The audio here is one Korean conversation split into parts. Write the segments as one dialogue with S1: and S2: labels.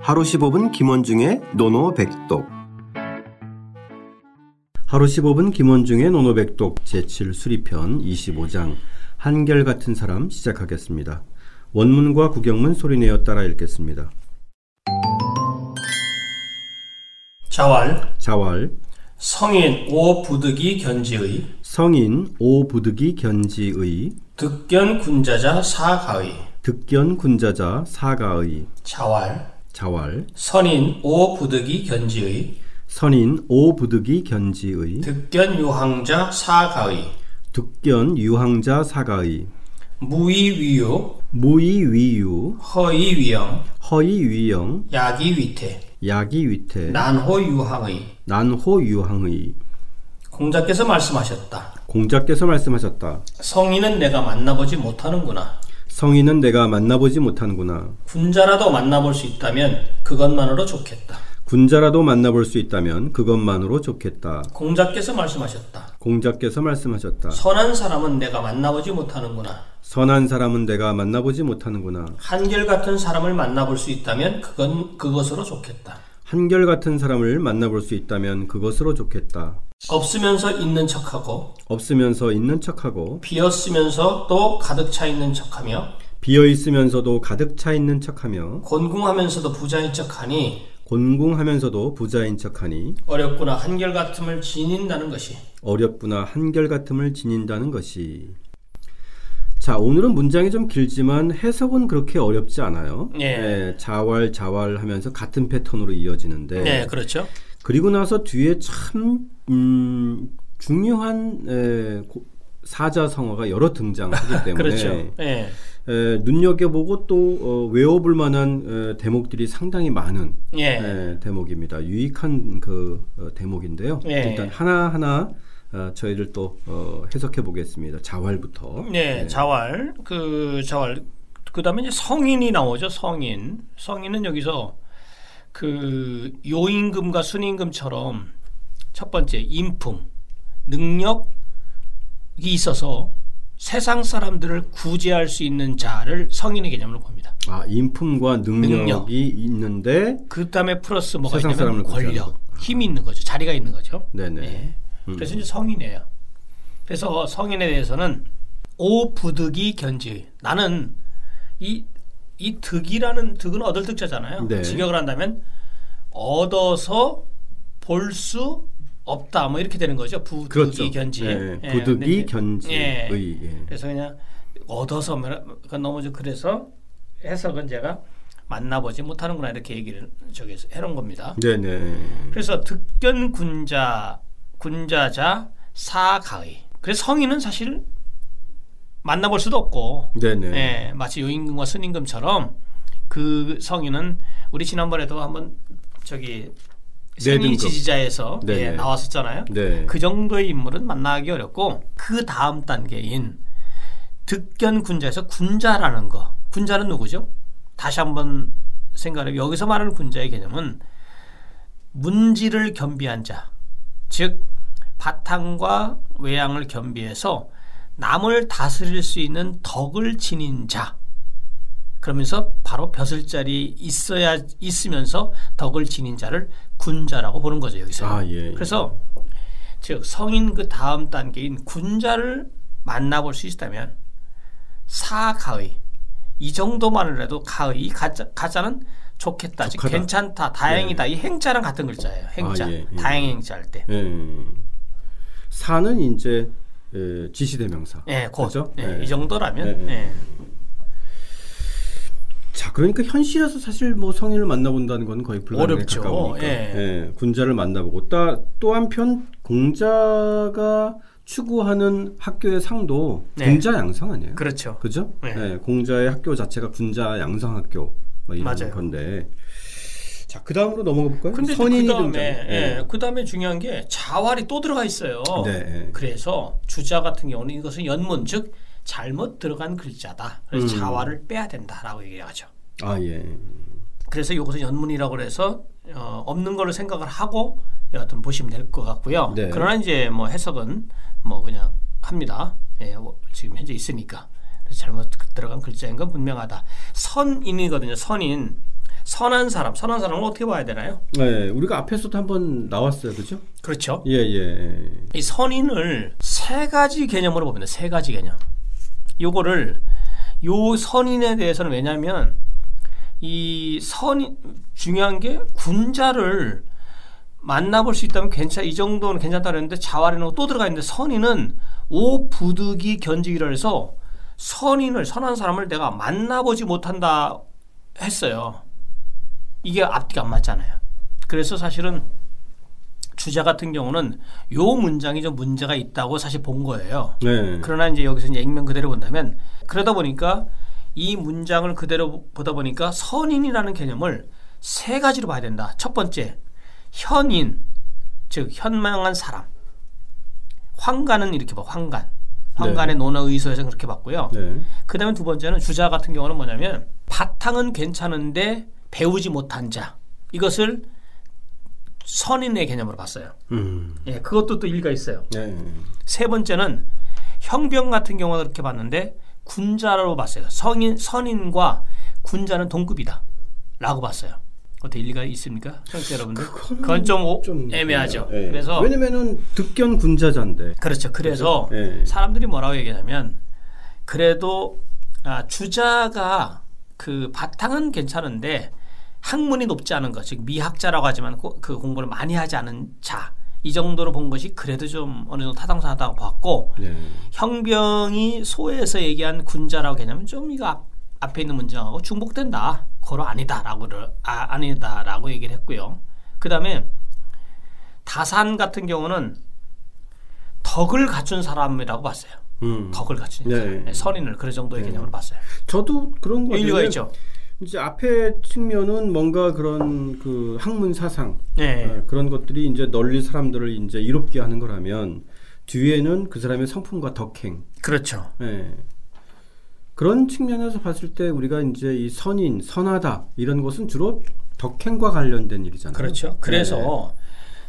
S1: 하루 15분 김원중의 노노백독 하루 15분 김원중의 노노백독 제7 수리편 25장 한결같은 사람 시작하겠습니다. 원문과 구경문 소리내어 따라 읽겠습니다.
S2: 자왈
S1: 자왈
S2: 성인 오부득이 견지의
S1: 성인 오부득이 견지의
S2: 득견 군자자 사가의
S1: 득견 군자자 사가의
S2: 자왈
S1: 자왈
S2: 선인 오부득이 견지의
S1: 선인 오부득이 견지의
S2: 득견 유황자 사가의
S1: 득견 유황자 사가의
S2: 무이위유
S1: 무이위유
S2: 허이위영
S1: 허이위영
S2: 야기위태
S1: 야기위태
S2: 난호유항의
S1: 난호유항의
S2: 공자께서 말씀하셨다.
S1: 공자께서 말씀하셨다.
S2: 성인은 내가 만나보지 못하는구나.
S1: 성인은 내가 만나보지 못하는구나.
S2: 군자라도 만나볼 수 있다면 그것만으로 좋겠다.
S1: 군자라도 만나볼 수 있다면 그것만으로 좋겠다.
S2: 공자께서 말씀하셨다.
S1: 공자께서 말씀하셨다.
S2: 선한 사람은 내가 만나보지 못하는구나.
S1: 선한 사람은 내가 만나보지 못하는구나.
S2: 한결같은 사람을 만나볼 수 있다면 그건 그것으로 좋겠다.
S1: 한결같은 사람을 만나볼 수 있다면 그것으로 좋겠다.
S2: 없으면서 있는 척하고
S1: 없으면서 있는 척하고
S2: 비었으면서 또 가득 차 있는 척하며
S1: 비어 있으면서도 가득 차 있는 척하며
S2: 곤궁하면서도 부자인 척하니
S1: 곤궁하면서도 부자인 척하니
S2: 어렵구나 한결같음을 지닌다는 것이
S1: 어렵구나 한결같음을 지닌다는 것이. 자, 오늘은 문장이 좀 길지만 해석은 그렇게 어렵지 않아요.
S2: 예.
S1: 네, 자활 자활 하면서 같은 패턴으로 이어지는데
S3: 네.
S2: 그렇죠
S1: 그리고 나서 뒤에 참 음, 중요한 에, 고- 사자성어가 여러 등장하기 때문에
S3: 그렇죠.
S2: 예.
S1: 에, 눈여겨보고 또 어, 외워볼 만한 에, 대목들이 상당히 많은
S2: 예.
S3: 예.
S1: 네, 대목입니다. 유익한 그 어, 대목인데요.
S2: 예.
S1: 일단 하나 하나 저희들 또 어, 해석해 보겠습니다. 자활부터.
S3: 네, 자활 그 자활 그다음에 이제 성인이 나오죠. 성인 성인은 여기서 그 요임금과 순임금처럼 첫 번째 인품 능력이 있어서 세상 사람들을 구제할 수 있는 자를 성인의 개념으로 봅니다.
S1: 아 인품과 능력이
S3: 능력.
S1: 있는데,
S3: 그 다음에 플러스 뭐가
S1: 세상
S3: 있냐면
S1: 사람을 구제하는
S3: 권력, 힘이 있는 거죠. 자리가 있는 거죠.
S1: 네네.
S3: 예.
S1: 음.
S3: 그래서 이제 성인이에요. 그래서 성인에 대해서는 오부득이 견지. 나는 이, 이 득이라는 득은 얻을 득자잖아요.
S1: 네.
S3: 직역을 한다면 얻어서 볼 수 없다. 뭐 이렇게 되는 거죠. 부득이
S1: 그렇죠.
S3: 견지.
S1: 예,
S3: 예, 근데
S1: 부득이
S3: 이제-
S1: 견지의.
S3: 예.
S1: 예.
S3: 그래서 그냥 얻어서 뭐라- 그건 너무 좀 그래서 해석은 제가 만나보지 못하는구나 이렇게 얘기를 저기 해놓은 겁니다.
S1: 네네.
S3: 그래서 득견 군자 군자자 사가의. 그래서 성인은 사실 만나볼 수도 없고,
S1: 네네.
S3: 예, 마치 요임금과 순임금처럼 그 성인은 우리 지난번에도 한번 저기
S1: 내등급.
S3: 승인 지지자에서 예,
S1: 네, 네네.
S3: 나왔었잖아요.
S1: 네.
S3: 그 정도의 인물은 만나기 어렵고 그 다음 단계인 득견 군자에서 군자라는 거 군자는 누구죠? 다시 한번 생각해 여기서 말하는 군자의 개념은 문지를 겸비한 자, 즉 바탕과 외양을 겸비해서 남을 다스릴 수 있는 덕을 지닌 자. 그러면서 바로 벼슬 자리 있어야 있으면서 덕을 지닌 자를 군자라고 보는 거죠 여기서.
S1: 아, 예, 예.
S3: 그래서 즉 성인 그 다음 단계인 군자를 만나볼 수 있다면 사가의 이 정도만이라도 가의 이 가짜, 가짜는 좋겠다, 즉
S1: 좋하다.
S3: 괜찮다, 다행이다 이 행자랑 같은 글자예요. 행자,
S1: 예. 아, 예, 예.
S3: 다행 행자 할 때.
S1: 예. 사는 이제 예, 지시대명사.
S3: 예, 곧.
S1: 그죠?
S3: 예,
S1: 예.
S3: 이 정도라면.
S1: 예,
S3: 예.
S1: 자, 그러니까 현실에서 사실 뭐 성인을 만나본다는 건 거의 불가능에
S3: 어렵죠.
S1: 가까우니까.
S3: 예.
S1: 예, 군자를 만나보고 따- 또 한편 공자가 추구하는 학교의 상도
S3: 네.
S1: 군자 양성 아니에요?
S3: 그렇죠.
S1: 그죠?
S3: 네.
S1: 예, 공자의 학교 자체가 군자 양성 학교 뭐 이런
S3: 맞아요.
S1: 건데. 자, 그 다음으로 넘어가 볼까요?
S3: 근데
S1: 선인이
S3: 그
S1: 등장. 예.
S3: 다음에 그 다음에 중요한 게 자활이 또 들어가 있어요.
S1: 네, 예.
S3: 그래서 주자 같은 경우는 이것은 연문 즉 잘못 들어간 글자다. 그래서
S1: 음.
S3: 자활을 빼야 된다라고 얘기하죠.
S1: 아, 예.
S3: 그래서 이것은 연문이라고 해서 어, 없는 걸로 생각을 하고 여하튼 보시면 될 것 같고요.
S1: 네.
S3: 그러나 이제 뭐 해석은 뭐 그냥 합니다. 예, 뭐 지금 현재 있으니까 그래서 잘못 들어간 글자인 건 분명하다. 선인이거든요. 선인 선한 사람, 선한 사람을 어떻게 봐야 되나요?
S1: 네, 우리가 앞에서도 한번 나왔어요, 그죠?
S3: 그렇죠.
S1: 예, 예.
S3: 이 선인을 세 가지 개념으로 봅니다. 세 가지 개념. 요거를 요 선인에 대해서는 왜냐면 이 선인 중요한 게 군자를 만나볼 수 있다면 괜찮 이 정도는 괜찮다 그랬는데 자활에는 또 들어가 있는데 선인은 오부득이 견지기를 해서 선인을 선한 사람을 내가 만나보지 못한다 했어요. 이게 앞뒤가 안 맞잖아요. 그래서 사실은 주자 같은 경우는 요 문장이 좀 문제가 있다고 사실 본 거예요.
S1: 네.
S3: 그러나 이제 여기서 이제 액면 그대로 본다면 그러다 보니까 이 문장을 그대로 보다 보니까 선인이라는 개념을 세 가지로 봐야 된다. 첫 번째, 현인, 즉 현명한 사람. 황간은 이렇게 봐. 황간. 황간의 논어 의소에서 그렇게 봤고요.
S1: 네.
S3: 그다음에 두 번째는 주자 같은 경우는 뭐냐면 바탕은 괜찮은데 배우지 못한 자. 이것을 선인의 개념으로 봤어요.
S1: 음.
S3: 예, 그것도 또 일가 있어요.
S1: 네.
S3: 세 번째는 형병 같은 경우는 그렇게 봤는데 군자로 봤어요. 성인 선인과 군자는 동급이다라고 봤어요. 어떻게 일리가 있습니까, 청취자 여러분들? 그건 좀, 오- 어? 애매하죠.
S1: 예.
S3: 그래서
S1: 왜냐면은 득견 군자자인데.
S3: 그렇죠. 그래서
S1: 예.
S3: 사람들이 뭐라고 얘기하냐면 그래도 아, 주자가 그 바탕은 괜찮은데 학문이 높지 않은 것, 즉 미학자라고 하지만 고- 그 공부를 많이 하지 않은 자. 이 정도로 본 것이 그래도 좀 어느 정도 타당하다고 봤고
S1: 네.
S3: 형병이 소에서 얘기한 군자라고 개념은 좀 이거 앞, 앞에 있는 문장하고 중복된다. 고로 아니다라고 아, 아니다라고 얘기를 했고요. 그다음에 다산 같은 경우는 덕을 갖춘 사람이라고 봤어요.
S1: 음.
S3: 덕을 갖춘
S1: 네.
S3: 사람. 네, 선인을 그 정도의 개념으로 봤어요.
S1: 저도 그런 거
S3: 일리가
S1: 같아요.
S3: 있죠.
S1: 이제 앞에 측면은 뭔가 그런 그 학문 사상
S3: 네.
S1: 어, 그런 것들이 이제 널리 사람들을 이제 이롭게 하는 거라면 뒤에는 그 사람의 성품과 덕행
S3: 그렇죠.
S1: 예. 그런 측면에서 봤을 때 우리가 이제 이 선인 선하다 이런 것은 주로 덕행과 관련된 일이잖아요.
S3: 그렇죠.
S1: 네.
S3: 그래서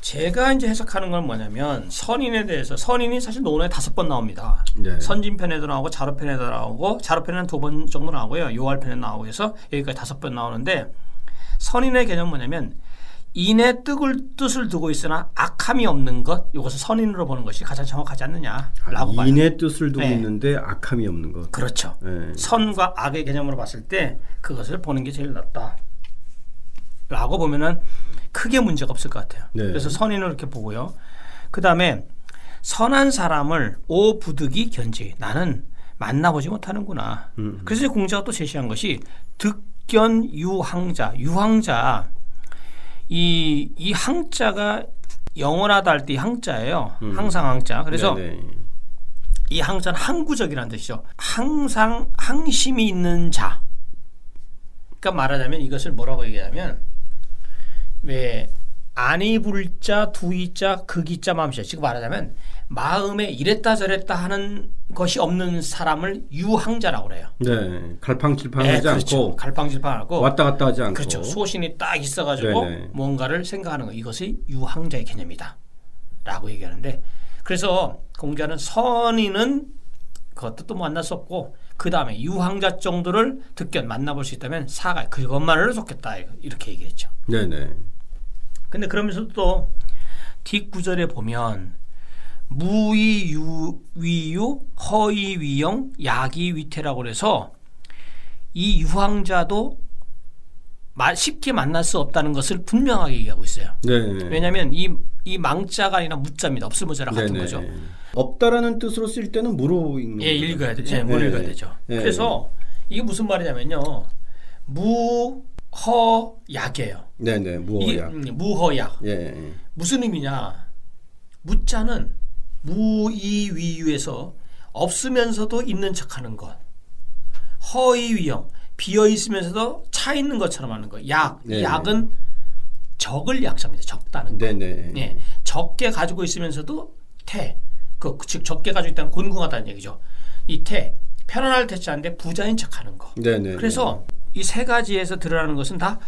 S3: 제가 이제 해석하는 건 뭐냐면 선인에 대해서 선인이 사실 논어에 다섯 번 나옵니다.
S1: 네.
S3: 선진편에도 나오고 자로편에도 나오고 자로편에는 두 번 정도 나오고요. 요알편에 나오고 해서 여기까지 다섯 번 나오는데 선인의 개념 뭐냐면 인의 뜻을, 뜻을 두고 있으나 악함이 없는 것 이것을 선인으로 보는 것이 가장 정확하지
S1: 아,
S3: 않느냐라고 봐요.
S1: 인의 뜻을 두고
S3: 네.
S1: 있는데 악함이 없는 것.
S3: 그렇죠.
S1: 예.
S3: 선과 악의 개념으로 봤을 때 그것을 보는 게 제일 낫다. 라고 보면은 크게 문제가 없을 것 같아요.
S1: 네.
S3: 그래서 선인을 이렇게 보고요. 그 다음에 선한 사람을 오부득이 견지. 나는 만나보지 못하는구나. 그래서 공자가 또 제시한 것이 득견 유황자. 유황자. 이, 이 항자가 영원하다 할 때 이 항자예요. 항상 항자. 그래서
S1: 네네.
S3: 이 항자는 항구적이라는 뜻이죠. 항상 항심이 있는 자. 그러니까 말하자면 이것을 뭐라고 얘기하면 왜 안이불자 두이자 극이자 마음이죠. 즉 말하자면 마음에 이랬다 저랬다 하는 것이 없는 사람을 유항자라고 그래요.
S1: 네. 갈팡질팡하지
S3: 예, 그렇죠.
S1: 않고
S3: 갈팡질팡하고
S1: 왔다 갔다 하지 않고.
S3: 그렇죠. 소신이 딱 있어가지고
S1: 네네.
S3: 뭔가를 생각하는 거 이것이 유항자의 개념이다. 라고 얘기하는데 그래서 공자는 선인은 그것도 또 만날 수 없고 그 다음에 유항자 정도를 득견 만나볼 수 있다면 사가 그것만으로 좋겠다 이렇게 얘기했죠.
S1: 네네.
S3: 근데 그러면서도 또 뒷구절에 보면 무이유 위유 허이 위영 약이 위태라고 그래서 이 유황자도 마- 쉽게 만날 수 없다는 것을 분명하게 얘기하고 있어요.
S1: 네네.
S3: 왜냐하면 이, 이 망자가 아니라 무자입니다. 없을 모자랑 같은 거죠.
S1: 네, 없다라는 뜻으로 쓸 때는 무로 읽는
S3: 예,
S1: 거죠.
S3: 읽어야 되죠. 예, 뭘
S1: 예,
S3: 읽어야
S1: 예.
S3: 되죠.
S1: 예.
S3: 그래서 이게 무슨 말이냐면요. 무허 약이에요.
S1: 네네.
S3: 이게
S1: 무어야.
S3: 음, 무허 약.
S1: 예, 예.
S3: 무슨 의미냐? 무자는 무이위유에서 없으면서도 있는 척하는 것. 허이위영 비어 있으면서도 차 있는 것처럼 하는 것. 약
S1: 네.
S3: 약은 적을 약자입니다. 적다는 거.
S1: 네네.
S3: 예, 적게 가지고 있으면서도 태. 그, 즉 적게 가지고 있다는 곤궁하다는 얘기죠. 이 태. 편안할 태자인데 부자인 척하는 거.
S1: 네네.
S3: 그래서 이 세 가지에서 드러나는 것은 다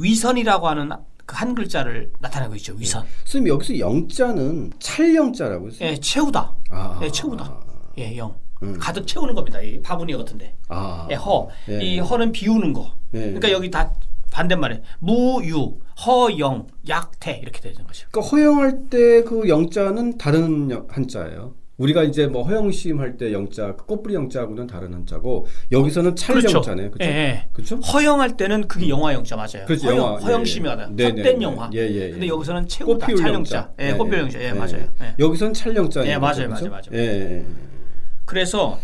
S3: 위선이라고 하는 그 한 글자를 나타내고 있죠. 위선.
S1: 선생님 여기서 영자는 찰영자라고 했어요.
S3: 예, 채우다.
S1: 아. 음.
S3: 예, 채우다. 예, 영. 가득 채우는 겁니다. 이 바구니 같은데.
S1: 아.
S3: 예, 허.
S1: 예.
S3: 이 허는 비우는 거.
S1: 예.
S3: 그러니까 여기 다 반대말에 무유, 허영, 약태 이렇게 되는 거죠.
S1: 그러니까 허영할 때 그 영자는 다른 여- 한자예요. 우리가 이제 뭐 허영심 할 때 영자, 그 꽃뿌리 영자하고는 다른 한자고 여기서는 찰
S3: 그렇죠.
S1: 영자네요. 그렇죠?
S3: 예, 예.
S1: 그렇죠?
S3: 허영할 때는 그게 영화 영자 맞아요.
S1: 음. 그렇지,
S3: 허영,
S1: 영화.
S3: 허영심이하다.
S1: 예, 예.
S3: 헛된
S1: 네네.
S3: 영화.
S1: 예, 예, 예.
S3: 근데 여기서는
S1: 꽃
S3: 최고다.
S1: 피울 네,
S3: 찰영자. 예, 꽃피울 영자. 예, 맞아요. 예.
S1: 여기선 찰영자.
S3: 예, 맞아요, 맞아요, 맞아요.
S1: 예, 예.
S3: 그래서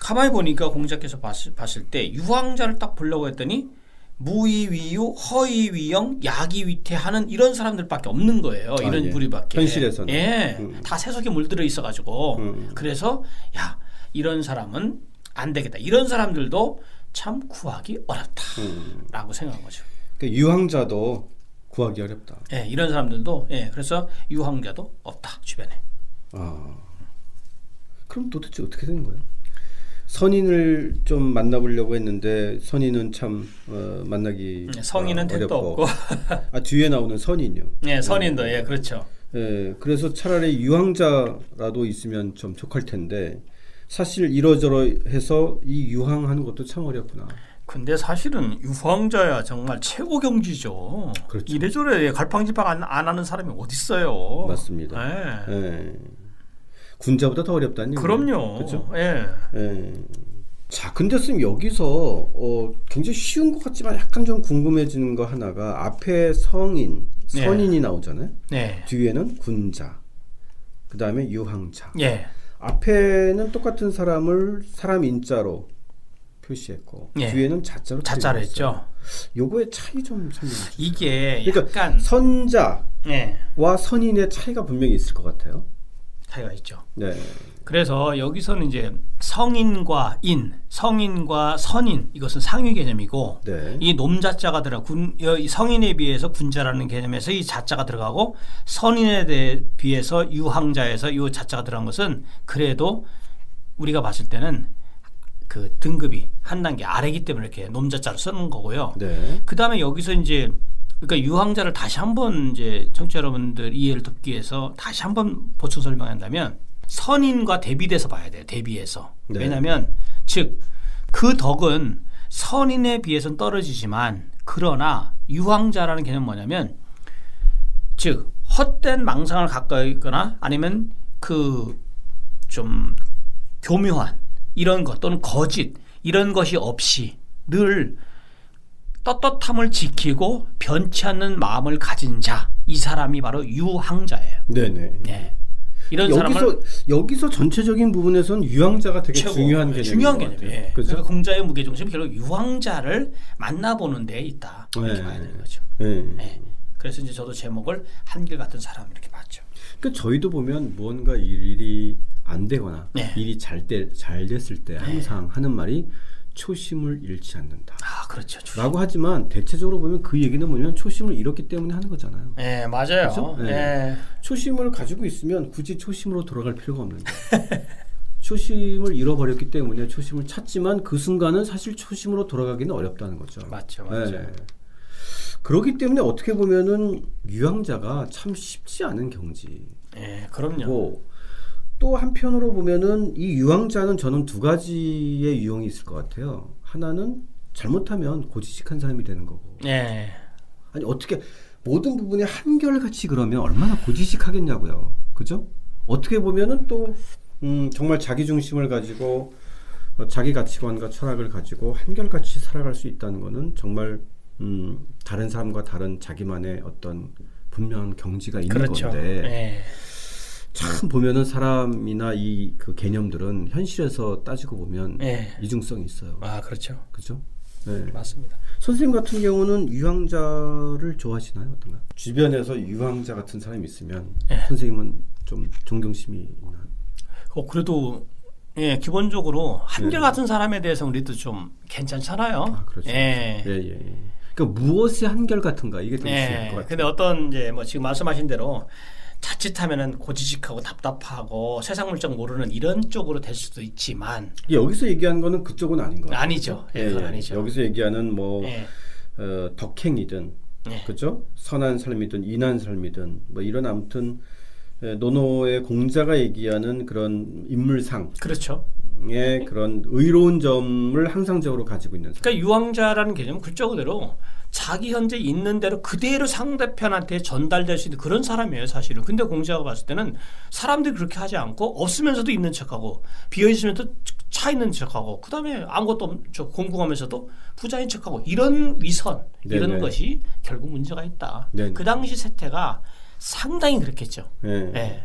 S3: 가만히 보니까 공자께서 봤을, 봤을 때 유황자를 딱 보려고 했더니 무이위유, 허이위영, 야기위태하는 이런 사람들밖에 없는 거예요.
S1: 아,
S3: 이런
S1: 예.
S3: 무리밖에.
S1: 현실에서는.
S3: 예.
S1: 음.
S3: 다 세속에 물들어 있어가지고.
S1: 음.
S3: 그래서 야 이런 사람은 안 되겠다. 이런 사람들도 참 구하기
S1: 음.
S3: 어렵다라고 생각한 거죠.
S1: 그러니까 유황자도 구하기 어렵다.
S3: 예, 이런 사람들도 예, 그래서 유황자도 없다 주변에.
S1: 아. 그럼 도대체 어떻게 되는 거예요? 선인을 좀 만나보려고 했는데 선인은 참 어, 만나기
S3: 음, 성인은
S1: 어,
S3: 택도
S1: 어렵고. 음.
S3: 없고,
S1: 아 뒤에 나오는 선인요.
S3: 예, 선인도 예, 그렇죠.
S1: 예, 그래서 차라리 유황자라도 있으면 좀 촉할 텐데 사실 이러저러 해서 이 유황하는 것도 참 어렵구나.
S3: 근데 사실은 유황자야 정말 최고 경지죠.
S1: 그렇죠.
S3: 이래저래 갈팡질팡 안, 안 하는 사람이 어디 있어요?
S1: 맞습니다.
S3: 예.
S1: 예. 군자보다 더 어렵다는 얘기예요.
S3: 그럼요.
S1: 그렇죠?
S3: 예.
S1: 예. 자, 근데 쌤 여기서 어, 굉장히 쉬운 것 같지만 약간 좀 궁금해지는 거 하나가 앞에 성인,
S3: 네.
S1: 선인이 나오잖아요.
S3: 네.
S1: 뒤에는 군자, 그 다음에 유황자.
S3: 예.
S1: 앞에는 똑같은 사람을 사람 인자로 표시했고
S3: 예.
S1: 뒤에는 자자로
S3: 자자를 했죠.
S1: 표시했어요. 요거의 차이 좀 설명해 주세요.
S3: 이게
S1: 그러니까
S3: 약간
S1: 선자와
S3: 예.
S1: 선인의 차이가 분명히 있을 것 같아요.
S3: 차이가 있죠.
S1: 네.
S3: 그래서 여기서는 이제 성인과 인, 성인과 선인 이것은 상위 개념이고
S1: 네.
S3: 이 놈자자가 들어 군 여- 이 성인에 비해서 군자라는 개념에서 이 자자가 들어가고 선인에 대해 비해서 유황자에서 이 자자가 들어간 것은 그래도 우리가 봤을 때는 그 등급이 한 단계 아래기 때문에 이렇게 놈자자로 쓰는 거고요.
S1: 네.
S3: 그 다음에 여기서 이제 그러니까 유황자를 다시 한번 이제 청취자 여러분들 이해를 돕기 위해서 다시 한번 보충 설명한다면 선인과 대비돼서 봐야 돼요. 대비해서.
S1: 네.
S3: 왜냐하면 즉 그 덕은 선인에 비해서는 떨어지지만 그러나 유황자라는 개념 은 뭐냐면 즉 헛된 망상을 갖고 있거나 아니면 그 좀 교묘한 이런 것 또는 거짓 이런 것이 없이 늘 떳떳함을 지키고 변치 않는 마음을 가진 자 이 사람이 바로 유황자예요.
S1: 네네.
S3: 예. 이런 사람을
S1: 여기서 여기서 전체적인 부분에서는 유황자가 되게
S3: 최고
S1: 중요한 개념인
S3: 중요한
S1: 것 같아요.
S3: 개념이에요.
S1: 그렇죠.
S3: 그러니까 공자의 무게중심 이 결국 유황자를 만나보는 데 있다 이렇게
S1: 네.
S3: 봐야 되는 거죠.
S1: 예.
S3: 예. 그래서 이제 저도 제목을 한결 같은 사람 이렇게 봤죠.
S1: 그러니까 저희도 보면 무언가 일이 안 되거나
S3: 네.
S1: 일이 잘, 때, 잘 됐을 때 항상 하는 말이 초심을 잃지 않는다.
S3: 아 그렇죠. 주-
S1: 라고 하지만 대체적으로 보면 그 얘기는 뭐냐면 초심을 잃었기 때문에 하는 거잖아요.
S3: 예 맞아요.
S1: 그죠? 예.
S3: 예.
S1: 초심을 가지고 있으면 굳이 초심으로 돌아갈 필요가 없는 거예요. 초심을 잃어버렸기 때문에 초심을 찾지만 그 순간은 사실 초심으로 돌아가기는 어렵다는 거죠.
S3: 예. 그렇죠. 맞죠, 맞죠.
S1: 네. 그렇기 때문에 어떻게 보면은 유황자가 참 쉽지 않은 경지.
S3: 예 그럼요.
S1: 고또 한편으로 보면은 이 유황자는 저는 두 가지의 유형이 있을 것 같아요. 하나는 잘못하면 고지식한 사람이 되는 거고.
S3: 예.
S1: 아니 어떻게 모든 부분이 한결같이 그러면 얼마나 고지식하겠냐고요. 그죠? 어떻게 보면은 또 음, 정말 자기 중심을 가지고 어, 자기 가치관과 철학을 가지고 한결같이 살아갈 수 있다는 거는 정말 음, 다른 사람과 다른 자기만의 어떤 분명한 경지가 있는
S3: 그렇죠.
S1: 건데
S3: 예.
S1: 참 보면은 사람이나 이 그 개념들은 현실에서 따지고 보면
S3: 예.
S1: 이중성이 있어요.
S3: 아 그렇죠.
S1: 그죠? 네.
S3: 맞습니다.
S1: 선생님 같은 경우는 유황자를 좋아하시나요? 어떤가요? 주변에서 유황자 같은 사람이 있으면
S3: 예.
S1: 선생님은 좀 존경심이 있나요?
S3: 어, 그래도 예 기본적으로 한결 같은 사람에 대해서 우리도 좀 괜찮잖아요.
S1: 네. 아, 그렇죠.
S3: 예.
S1: 예, 예, 예. 그러니까 무엇이 한결같은가 이게 좀 중요할
S3: 예.
S1: 것 같아요.
S3: 근데 어떤 이제 뭐 지금 말씀하신 대로 자칫하면은 고지식하고 답답하고 세상 물정 모르는 이런 쪽으로 될 수도 있지만
S1: 이게 여기서 얘기하는 거는 그쪽은 아닌 그렇죠. 거예요.
S3: 아니죠. 예, 그건 아니죠.
S1: 여기서 얘기하는 뭐
S3: 예.
S1: 어, 덕행이든
S3: 예.
S1: 그죠? 선한 삶이든 인한 삶이든 뭐 이런 아무튼 에, 노노의 공자가 얘기하는 그런 인물상의
S3: 그렇죠.
S1: 그런 의로운 점을 항상적으로 가지고 있는 사람.
S3: 그러니까 유황자라는 개념은 글자 그대로 자기 현재 있는 대로 그대로 상대편한테 전달될 수 있는 그런 사람이에요, 사실은. 근데 공자가 봤을 때는 사람들이 그렇게 하지 않고 없으면서도 있는 척하고 비어 있으면서 차 있는 척하고 그다음에 아무것도 없, 저 공부하면서도 부자인 척하고 이런 위선
S1: 네네.
S3: 이런 것이 결국 문제가 있다.
S1: 네네.
S3: 그 당시 세태가 상당히 그렇겠죠.
S1: 예.
S3: 예.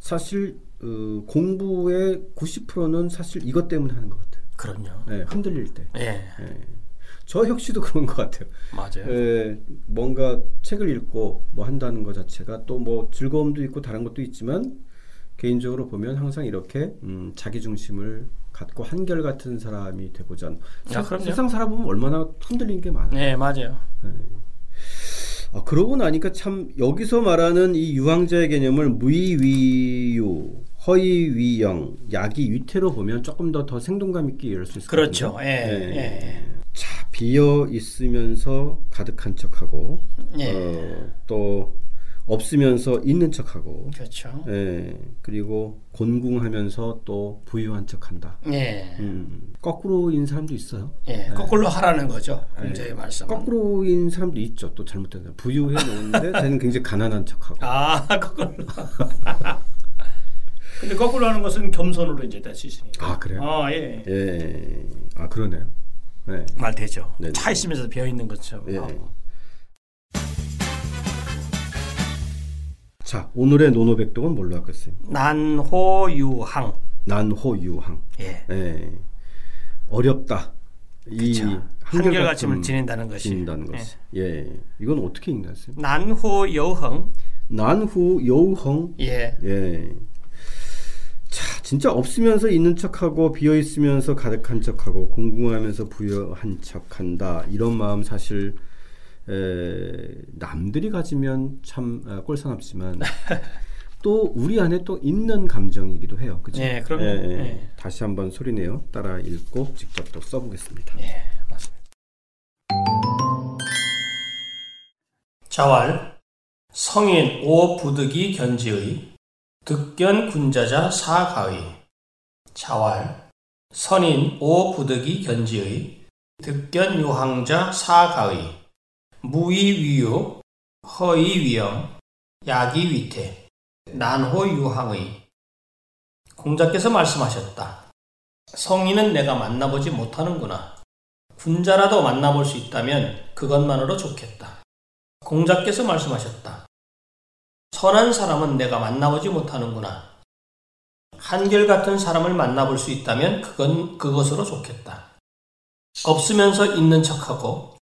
S1: 사실 어, 공부의 90%는 사실 이것 때문에 하는 것 같아요.
S3: 그럼요.
S1: 예, 흔들릴 때.
S3: 예.
S1: 예. 저 역시도 그런 것 같아요.
S3: 맞아요.
S1: 예, 뭔가 책을 읽고 뭐 한다는 것 자체가 또 뭐 즐거움도 있고 다른 것도 있지만 개인적으로 보면 항상 이렇게 음, 자기 중심을 갖고 한결 같은 사람이 되고자 하는
S3: 아,
S1: 세-
S3: 그럼요.
S1: 세상 살아보면 얼마나 흔들리는 게 많아요.
S3: 네, 맞아요.
S1: 아, 그러고 나니까 참 여기서 말하는 이 유황자의 개념을 무의위유, 허위위영, 약이 위태로 보면 조금 더 더 생동감 있게 이럴 수 있을 것
S3: 그렇죠.
S1: 같은데.
S3: 예. 예.
S1: 자 비어 있으면서 가득한 척하고
S3: 예.
S1: 어, 또 없으면서 있는 척하고
S3: 그렇죠.
S1: 예, 그리고 곤궁하면서 또 부유한 척한다.
S3: 예.
S1: 음, 거꾸로인 사람도 있어요.
S3: 예. 거꾸로 하라는 네. 거죠. 공자의 말씀은.
S1: 거꾸로인 사람도 있죠. 또 잘못된 사람 부유해 놓는데 자기는 굉장히 가난한 척하고.
S3: 아, 거꾸로. 근데 거꾸로 하는 것은 겸손으로 이제 될 수 있으니까.
S1: 아 그래요?
S3: 아, 예.
S1: 예, 아 그러네요. 예.
S3: 말 되죠.
S1: 네네.
S3: 차 있으면서 비어 있는 것처럼.
S1: 예.
S3: 하고.
S1: 자 오늘의 노노백독은 뭘로 할까요? 선생님?
S3: 난호유항.
S1: 난호유항.
S3: 예.
S1: 예. 어렵다. 이
S3: 한결같음을 지닌다는 것이.
S1: 지닌다는 것이. 예. 이건 어떻게 읽나요? 선생님?
S3: 난호여흥.
S1: 난후 여우헝.
S3: 예.
S1: 예. 자, 진짜 없으면서 있는 척하고 비어 있으면서 가득한 척하고 공공하면서 부여한 척한다. 이런 마음 사실 에, 남들이 가지면 참 아, 꼴사납지만 또 우리 안에 또 있는 감정이기도 해요. 그죠?
S3: 예, 그럼요. 예.
S1: 다시 한번 소리내요. 따라 읽고 직접 또 써보겠습니다.
S3: 예. 맞습니다.
S2: 자왈 성인 오부득이 견지의 득견 군자자 사가의 자왈 선인 오부득이 견지의 득견 요항자 사가의 무의위유 허의위영 약이위태 난호유항의 공자께서 말씀하셨다. 성인은 내가 만나보지 못하는구나. 군자라도 만나볼 수 있다면 그것만으로 좋겠다. 공자께서 말씀하셨다. 선한 사람은 내가 만나보지 못하는구나. 한결같은 사람을 만나볼 수 있다면 그건 그것으로 좋겠다. 없으면서 있는 척하고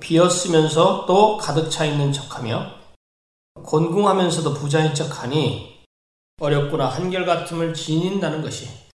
S2: 비었으면서 또 가득 차 있는 척하며 곤궁하면서도 부자인 척하니 어렵구나 한결같음을 지닌다는 것이